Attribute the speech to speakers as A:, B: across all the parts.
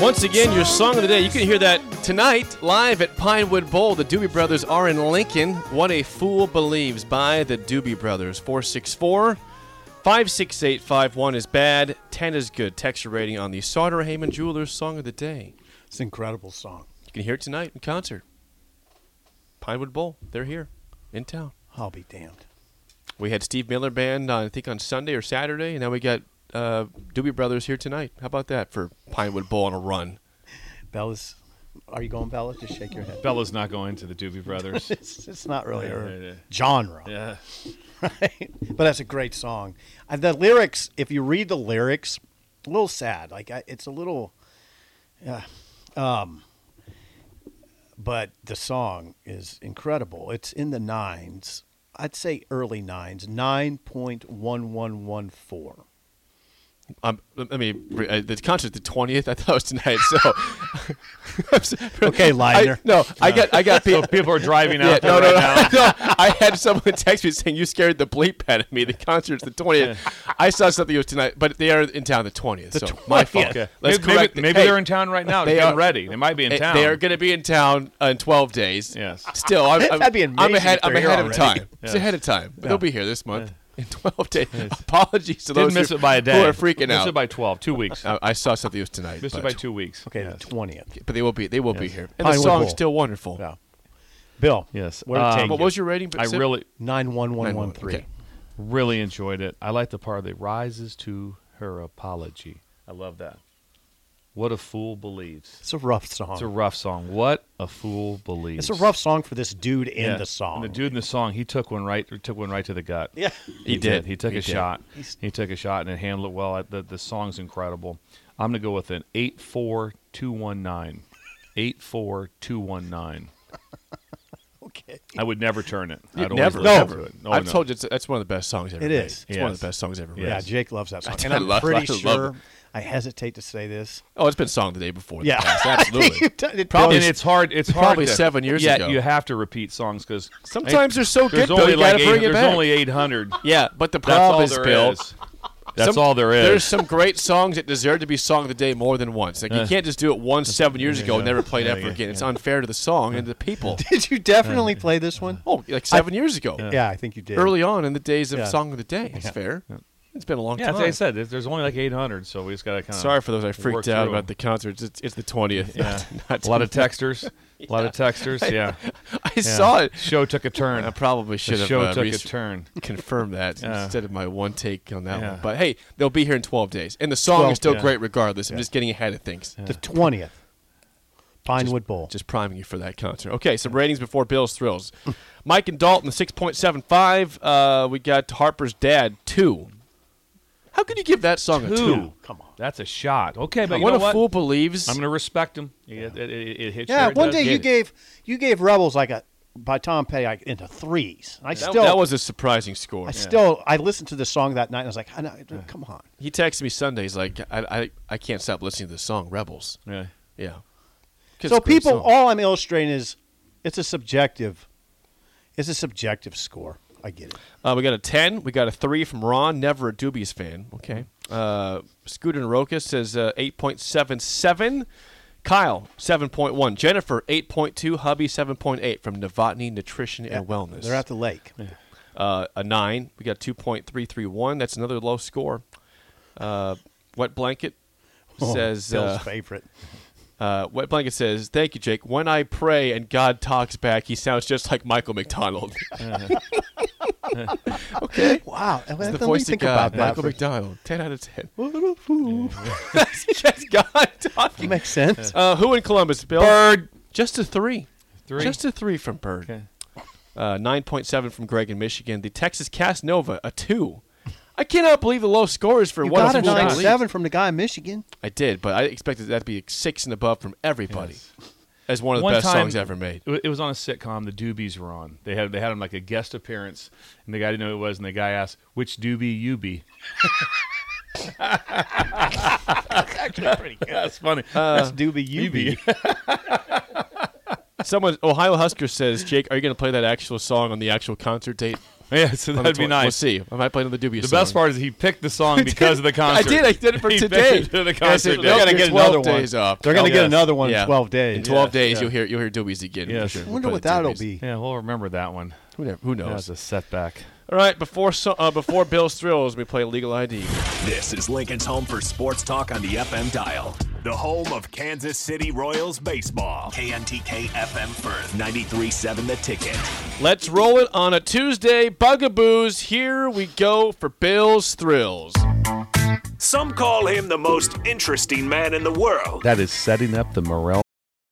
A: Once again, your song of the day. You can hear that tonight live at Pinewood Bowl. The Doobie Brothers are in Lincoln. What a Fool Believes by the Doobie Brothers. 464 56851 is bad, 10 is good. Texture rating on the Sauter Heyman Jewelers song of the day.
B: It's an incredible song.
A: You can hear it tonight in concert. Pinewood Bowl. They're here in town.
B: I'll be damned.
A: We had Steve Miller Band, on, I think, on Sunday or Saturday, and now we got uh, Doobie Brothers here tonight. How about that for Pinewood Bowl on a run?
B: Bella's, are you going Bella? Just shake your head.
C: Bella's not going to the Doobie Brothers.
B: It's, it's not really
C: Yeah, yeah,
B: her genre,
C: yeah.
B: right? But that's a great song. And the lyrics, if you read the lyrics, a little sad. Like I, it's a little, yeah. Um, but the song is incredible. It's in the nines. I'd say early nines, nine point one one one four.
A: Um, I mean, re- uh, the concert's the twentieth. I thought it was tonight. So, I'm so-
B: Okay,
A: I,
B: Leitner.
A: no, I
C: Uh,
A: got, I got people.
C: People are driving out there
A: no, no,
C: right
A: no,
C: now.
A: no. I had someone text me saying you scared the bleep out of me. The concert's the twentieth. I saw something it was tonight, but they are in town the twentieth. So my fault.
C: Okay.
A: Let's
C: maybe
A: correct.
C: maybe,
A: it.
C: maybe
A: Hey,
C: they're in town right now.
A: they
C: They getting
A: are-
C: ready. They might be in
A: eh,
C: town.
A: They are going to be in town uh, in twelve days.
C: Yes.
A: Still, I'm, I'm,
B: That'd be
A: I'm
B: amazing
A: ahead.
B: if
A: I'm
B: they're here
A: ahead of
B: already.
A: time. It's ahead of time. But They'll be here this month in twelve days. Apologies to
C: Didn't
A: those
C: miss
A: who,
C: it by a day.
A: who are freaking
C: Missed
A: out.
C: it by twelve. Two weeks.
A: I, I saw something it was tonight.
C: missed it
A: but-
C: by two weeks.
B: Uh, Okay,
C: Yes.
B: the twentieth.
A: But they will be. They will be here. And the
B: Pinewood
A: song's
B: Bowl.
A: still wonderful.
B: Yeah. Bill.
C: Yes.
B: Where to
C: Um,
B: take
A: What was your rating?
C: I
A: Sim?
C: really,
B: nine one one one
A: Okay.
B: three?
C: really enjoyed it. I like the part that rises to her apology. I love that. What a fool believes.
B: It's a rough song.
C: It's a rough song. What a fool believes.
B: It's a rough song for this dude in
C: Yeah.
B: the song.
C: And the dude in the song, he took one right. Took one right to the gut.
B: Yeah.
C: He, did. He took
A: He
C: a
A: did.
C: shot. He took a shot and it handled it well. I, the, the song's incredible. I'm going to go with an 84219. 84219.
B: Okay.
C: I would never turn it. I'd always
A: Never.
C: listen to it. No,
A: I've
C: no.
A: told you it's, that's one of the best songs ever.
B: It
A: made.
B: is.
A: It's one of
C: Yes.
A: the best songs ever. made.
B: Yeah, Jake loves that song.
A: I
B: And
A: I
B: I'm
A: love-
B: pretty
A: I love
B: sure
A: it.
B: I hesitate to say this.
A: Oh, it's been song the day before. in
B: Yeah.
A: The past. Absolutely.
B: You've done it
C: And
B: probably
C: it's hard. It's hard.
A: Probably
C: to-
A: seven years
C: yeah,
A: ago.
C: you have to repeat songs because
A: Sometimes they're so good,
C: there's
A: Bill.
C: only
A: You gotta
C: like eight-
A: bring it
C: there's
A: back.
C: only 800.
A: Yeah, but the
C: That's all
A: problem is,
C: there
A: Bill.
C: is. That's
A: some-
C: all there is.
A: There's some great songs that deserve to be song of the day more than once. Like you can't just do it once seven years ago and never play it ever again. It's unfair to the song and the people.
B: Did you definitely play this one?
A: Oh, like seven years ago,
B: Yeah, I think you did.
A: early on in the days of
B: Yeah.
A: song of the day. It's fair. It's been a long
C: yeah,
A: time.
C: that's what I said. There's- There's only like 800, so we just got to kind of.
A: Sorry for those I freaked
C: work
A: out
C: Um, through
A: about the
C: 'em.
A: concerts. It's, it's the twentieth.
C: Yeah. A lot of texters. A lot of texters. Yeah.
A: I
C: Yeah.
A: saw it.
C: Show took a turn.
A: I probably should
C: the
A: have
C: show
A: uh,
C: took
A: res-
C: a turn.
A: confirmed that
C: Yeah.
A: instead of my one take on that
C: Yeah.
A: one. But hey, they'll be here in twelve days, and the song
B: 12,
A: is still
C: yeah.
A: great regardless. I'm just getting ahead of things.
B: the twentieth. Pinewood Bowl.
A: Just priming you for that concert. Okay, some ratings before Bill's Thrills. Mike and Dalton, 6.75. Uh, we got Harper's Dad, 2. How could you give that song a 2?
C: Ooh, come on. That's a shot. Okay, but you
A: What
C: know
A: a
C: what?
A: fool believes.
C: I'm going to respect him. Yeah, It, it- it hits
B: yeah,
C: your- it
B: one
C: does
B: day
C: get
B: you
C: it.
B: gave you gave Rebels like a by Tom Petty like into threes. I
A: that,
B: still
A: that was a surprising score.
B: I still I listened to the song that night and I was like, I know, come on.
A: He texted me Sundays like, I, I, I can't stop listening to the song Rebels.
C: Yeah.
A: Yeah. 'Cause
B: so
A: it's a great
B: people,
A: song.
B: all I'm illustrating is it's a subjective, it's a subjective score. I get it.
A: Uh, we got a 10. We got a 3 from Ron, never a Doobies fan. Okay. Uh, Scooter Naroka says uh, 8.77. Kyle, 7.1. Jennifer, 8.2. Hubby, 7.8 from Novotny Nutrition and Wellness.
B: They're at the lake.
A: uh, a 9. We got 2.331. That's another low score. Uh, Wet Blanket
B: Oh,
A: says.
B: Bill's
A: uh,
B: favorite.
A: uh, Wet Blanket says, "Thank you, Jake. When I pray and God talks back, he sounds just like Michael McDonald.
B: Wow, I
A: It's
B: let
A: the
B: me
A: voice of
B: think
A: God,
B: about that.
A: Michael
B: for-
A: McDonald. Ten out of ten.
B: What a fool.
A: That's just God talking.
B: Makes sense.
A: Uh, who in Columbus, Bill? Bird. Just a three.
C: Three.
A: Just a three from Bird.
C: Okay.
A: Uh, Nine point seven from Greg in Michigan. The Texas Casanova, a two. I cannot believe the low scores for
B: You
A: one
B: got a
A: school
B: nine
A: believes.
B: seven from the guy in Michigan.
A: I did, but I expected that to be a six and above from everybody.
C: Yes.
A: As one of the
C: One
A: best
C: time-
A: songs ever made.
C: It wa- it was on a sitcom. The Doobies were on. They had they had him like a guest appearance, and the guy didn't know who it was. And the guy asked, "Which Doobie you be?" That's pretty good. That's funny.
A: Uh,
B: That's Doobie Ubi.
A: Someone, Ohio Husker says, Jake, are you going to play that actual song on the actual concert date?
C: yeah, so
A: On the
C: that'd be
A: twen-
C: nice.
A: We'll see. I might play another dubious.
C: The best part is he picked the song because of the
A: I
C: concert.
A: did. I did it for
C: He picked
A: today.
C: it to the
A: And I
C: concert.
A: said,
C: They're
A: "Nope,
C: gonna
A: you're
C: get
A: 12
B: another one.
A: days off.
B: They're going to
C: Oh,
B: get
C: yes.
B: another one
A: Yeah.
B: in 12 days.
A: In 12 days,
C: yeah.
A: you'll hear you'll hear Doobies again. for
C: Yes.
A: sure.
C: I
B: I
A: We'll
B: wonder
A: play
B: what
A: the
B: that'll
A: Doobies.
B: be.
C: Yeah, we'll remember that one.
A: Who never- Who
C: That
A: knows?
C: was a setback.
A: All right, before so, uh, before Bill's thrills, we play Legal ID.
D: This is Lincoln's home for sports talk on the FM dial. The home of Kansas City Royals baseball. KNTK FM Firth, 93.7 The Ticket.
A: Let's roll it on a Tuesday, Bugaboos. Here we go for Bill's thrills.
D: Some call him the most interesting man in the world.
C: That is setting up the morale.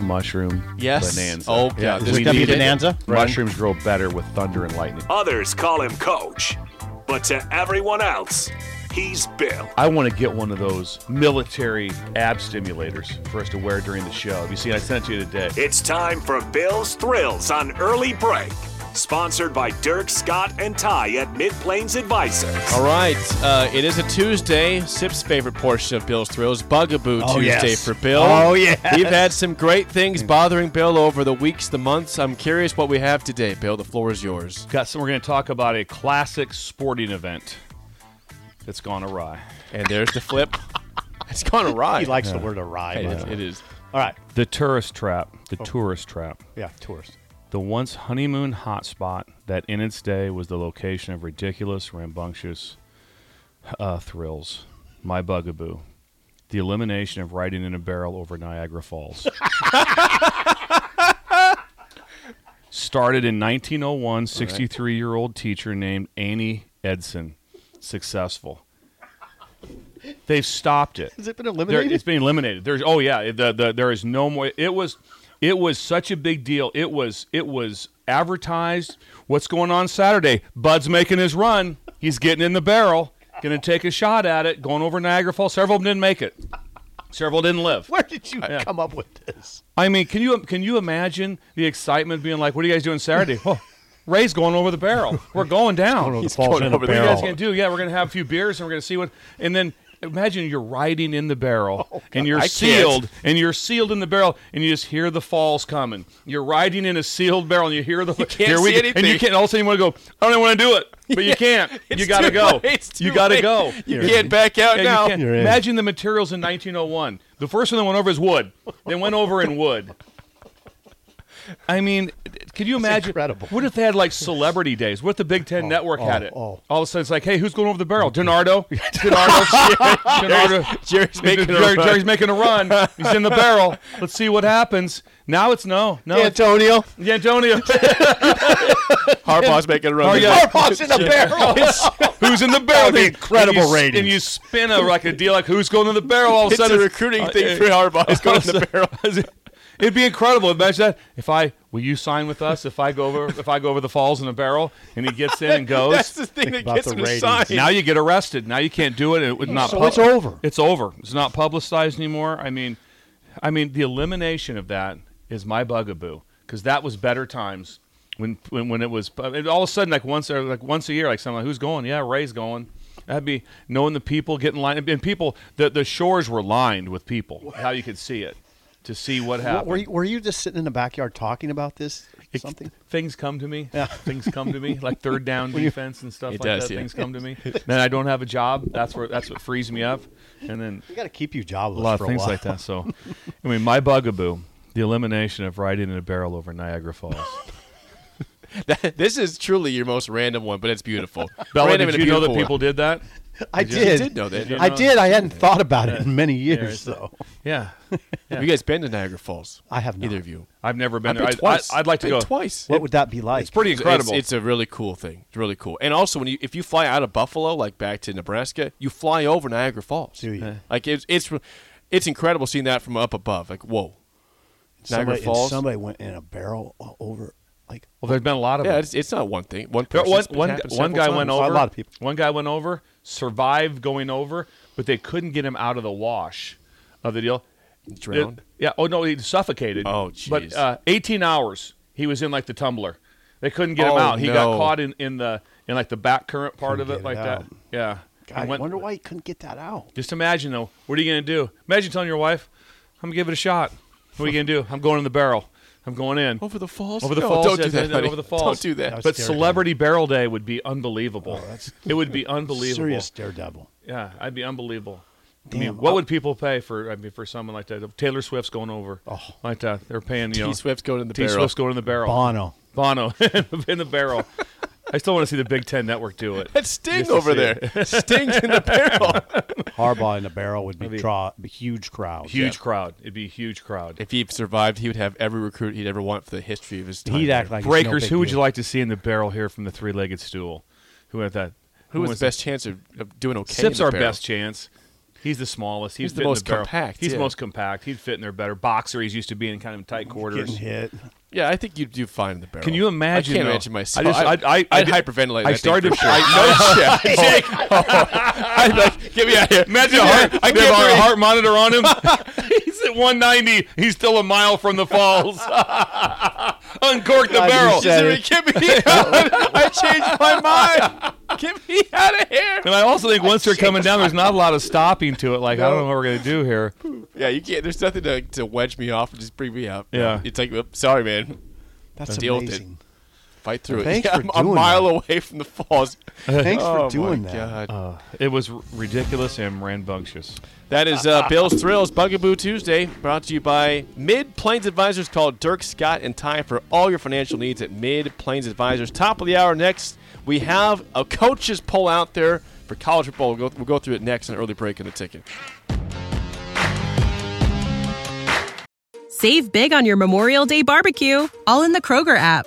C: Mushroom.
A: Yes.
C: Bonanza.
A: Oh, yeah, this
B: Is
A: We
B: it going to
A: need
B: be
A: it.
B: Bonanza?
C: Mushrooms grow better with thunder and lightning.
D: Others call him coach. But to everyone else, he's Bill.
C: I want to get one of those military ab stimulators for us to wear during the show. Have you seen? I sent it to you today.
D: It's time for Bill's Thrills on Early Break. Sponsored by Dirk, Scott, and Ty at Mid Plains Advisors.
A: All right, uh, it is a Tuesday. Sip's favorite portion of Bill's Thrills, Bugaboo
B: Oh,
A: Tuesday
B: yes.
A: for Bill.
B: Oh, yes.
A: We've had some great things bothering Bill over the weeks, the months. I'm curious what we have today, Bill. The floor is yours.
C: Got some. We're going to talk about a classic sporting event that's gone awry.
A: And there's the flip. It's gone awry.
B: He likes the word arrive.
A: it,
B: by the
A: is,
B: way.
A: it is.
B: All right.
C: The tourist trap. The tourist trap.
B: Oh. Yeah, tourist.
C: The once honeymoon hotspot that in its day was the location of ridiculous, rambunctious uh, thrills. My bugaboo. The elimination of riding in a barrel over Niagara Falls. Started in 1901, 63 year old teacher named Annie Edson. Successful. They've stopped it.
B: Has it been
C: There,
B: eliminated?
C: it's been eliminated. There's oh yeah, the, the there is no more. It was it was such a big deal. It was it was advertised. What's going on Saturday? Bud's making his run. He's getting in the barrel. Going to take a shot at it. Going over Niagara Falls. Several of them didn't make it. Several didn't live.
B: Where did you come up with this?
C: I mean, can you can you imagine the excitement being like, "What are you guys doing Saturday?" oh, Ray's going over the barrel. We're going down.
B: He's falls going in a over the
C: what are you guys
B: barrel.
C: gonna do? Yeah, we're gonna have a few beers and we're gonna see what. And then imagine you're riding in the barrel
A: Oh,
C: and you're sealed and you're sealed in the barrel and you just hear the falls coming. You're riding in a sealed barrel and you hear the. You
A: can't see
C: And you
A: anything.
C: can't. All of a sudden you want to go. I don't even want to do it, but you can't. You gotta
A: too
C: go.
A: late. It's
C: You
A: too
C: gotta
A: late.
C: go.
A: You can't back out
C: Yeah, you
A: now.
C: can't.
B: in.
C: oh Imagine the materials in 1901. The first one that went over is wood. They went over in wood. I mean, could you imagine?
B: incredible.
C: What if they had like celebrity days? What if the Big Ten Network had
B: oh,
C: it?
B: oh.
C: All of a sudden, it's like, hey, who's going over the barrel? Donardo. Donardo. Donardo.
A: Jerry's making a
C: Jerry-
A: run.
C: Jerry's making a run. He's in the barrel. Let's see what happens. Now it's no, no. it's
A: Antonio.
C: yeah, Antonio.
A: Harbaugh's making a run.
C: Oh, yeah.
A: Harbaugh's in the barrel.
C: who's in the barrel?
A: That'd be
C: And you-
A: incredible
C: and you, s-
A: ratings.
C: And you spin a like a deal like who's going in the barrel? All of a
A: It's
C: sudden,
A: a recruiting thing for Harbaugh. He's going in the barrel.
C: It'd be incredible. Imagine that. If I will you sign with us if I go over if I go over the falls in a barrel and he gets in and goes.
A: That's the thing that
B: about
A: gets
B: the
A: him to
B: ratings.
A: sign.
C: now you get arrested. Now you can't do it. It would not.
B: So it's over.
C: It's over. It's not publicized anymore. I mean, I mean the elimination of that is my bugaboo because that was better times when when, when it was and all of a sudden like once or like once a year like someone who's going yeah Ray's going. That'd be knowing the people getting lined and people the the shores were lined with people. How you could see it to see what happened.
B: Were you, were you just sitting in the backyard talking about this? or
C: It-
B: Something.
C: Things come to me. Things come to me, like third down defense and stuff
A: It
C: like
A: does,
C: that.
A: yeah.
C: Things come to me. Then I don't have a job. That's where that's what frees me up. And then
B: We got to keep you
C: a
B: jobless
C: lot
B: for
C: of things
B: a while.
C: like that. So, I mean, my bugaboo, the elimination of riding in a barrel over Niagara Falls.
A: That- this is truly your most random one, but it's beautiful.
C: Bella,
A: random
C: did
A: and a
C: you know that
A: beautiful
C: people
A: one.
C: did that?
B: I
A: You
B: did.
A: did know that.
C: you
B: I
C: know?
B: did. I hadn't thought about it in many years,
C: Yeah,
B: though.
C: Yeah,
A: Have you guys been to Niagara Falls?
B: I have not.
A: Either of you.
C: I've never
A: I've
C: been there.
A: been
C: I-
A: twice.
C: I, would like to
A: Been
C: go
A: twice.
B: What would that be like?
C: It's pretty
A: It's-
C: incredible.
A: It's, it's a really cool thing. It's really cool. And also, when you if you fly out of Buffalo, like back to Nebraska, you fly over Niagara Falls.
B: Do you? Yeah.
A: Like it's it's it's incredible seeing that from up above. Like whoa, Niagara
B: somebody, and
A: Falls.
B: Somebody went in a barrel o- over, like
C: well, there's been a lot of
A: yeah,
C: them.
A: it's, it's not one thing. One
C: There-
A: person.
C: one, one, one guy went
B: A
C: over.
B: lot of people.
C: One guy went over, survived going over, but they couldn't get him out of the wash of the deal.
A: Drowned?
C: It- yeah. Oh no, he suffocated.
A: Oh,
C: But
A: jeez.
C: uh, 18 hours he was in like the tumbler. They couldn't get
A: Oh,
C: him out. He got
A: no.
C: caught in, in the in like the back current part of
B: Couldn't
C: it,
B: get
C: like
B: it
C: that.
B: out.
C: Yeah.
B: I
C: He went-
B: wonder why he couldn't get that out.
C: Just imagine though. What are you gonna do? Imagine telling your wife, "I'm gonna give it a shot." What are you gonna do? I'm going in the barrel. I'm going in.
B: Oh,
A: over the falls.
C: Over the
A: No,
C: falls,
A: Don't
C: yeah,
A: do that.
C: yeah,
A: buddy.
C: over the falls.
A: Don't do that.
B: That's
C: But
B: terrible.
C: Celebrity Barrel Day would be unbelievable. it would be unbelievable.
B: Oh, Serious daredevil.
C: Yeah, I'd be unbelievable. I mean,
B: Damn,
C: what
B: I-
C: would people pay for? I mean, for someone like that, Taylor Swift's going over,
B: Oh.
C: like that. They're paying you know,
A: T Swift's going in the
C: T
A: barrel.
C: Swift's going in the barrel.
B: Bono.
C: Bono in the barrel. I still want to see the Big Ten Network do it.
A: That's Sting
C: Just to
A: over
C: see
A: there. Sting's in the barrel.
B: Harbaugh in a barrel would be,
C: Maybe.
B: draw be huge crowd.
C: Huge crowd. It'd be a huge crowd.
A: If he survived, he would have every recruit he'd ever want for the history of his time.
B: He'd
A: there.
B: act like it's no
C: Breakers.
B: big
C: who would
B: deal.
C: you like to see in the barrel here from the three-legged stool? Who had that?
A: Who has
C: wins
A: the best chance of, of doing okay? in
C: Sip's
A: the
C: our
A: barrel?
C: best chance. He's the smallest. He'd
A: He's the
C: fit in
A: most
C: barrel.
A: compact,
C: He's the
A: yeah.
C: most compact. He'd fit in there better. Boxer. He's used to being in kind of tight quarters.
B: Getting hit.
A: Yeah, I think you'd do fine in the barrel.
C: Can you imagine?
A: I can't
C: though?
A: imagine myself.
C: I just,
A: I'd,
C: I, I,
A: I'd
C: did-
A: hyperventilate.
C: I
A: think,
C: started.
A: for sure. I,
C: I,
A: no shit. Jake. I'd be like, get me out of here.
C: imagine
A: Get me
C: a
A: out of
C: heart,
A: here.
C: I
A: I
C: have our
A: can't
C: heart monitor on him. He's at 190. He's still a mile from the falls. Uncork the barrel.
B: said
A: breathe. Get me out. I changed my mind. Get me out of here.
C: And I also think once they're coming down, there's not a lot of stopping to it. Like I don't know what we're gonna do here.
A: Yeah, you can't. There's nothing to, to wedge me off and just bring me up.
C: Yeah.
A: It's like, "Oop, sorry, man.
B: That's
A: Deal with it.
B: amazing.
A: Fight through it.
B: Thanks
A: Yeah,
B: for
A: I'm a
B: doing
A: mile away from the falls.
B: Thanks
A: oh
B: for doing
A: my
B: that.
A: God.
C: It was r- ridiculous and rambunctious.
A: That is uh, Bill's Thrills Bugaboo Tuesday, brought to you by Mid Plains Advisors. Call Dirk Scott and Ty for all your financial needs at Mid Plains Advisors. Top of the hour next, we have a coaches poll out there for college football. We'll go, we'll go through it next, an early break in the ticket.
E: Save big on your Memorial Day barbecue, all in the Kroger app.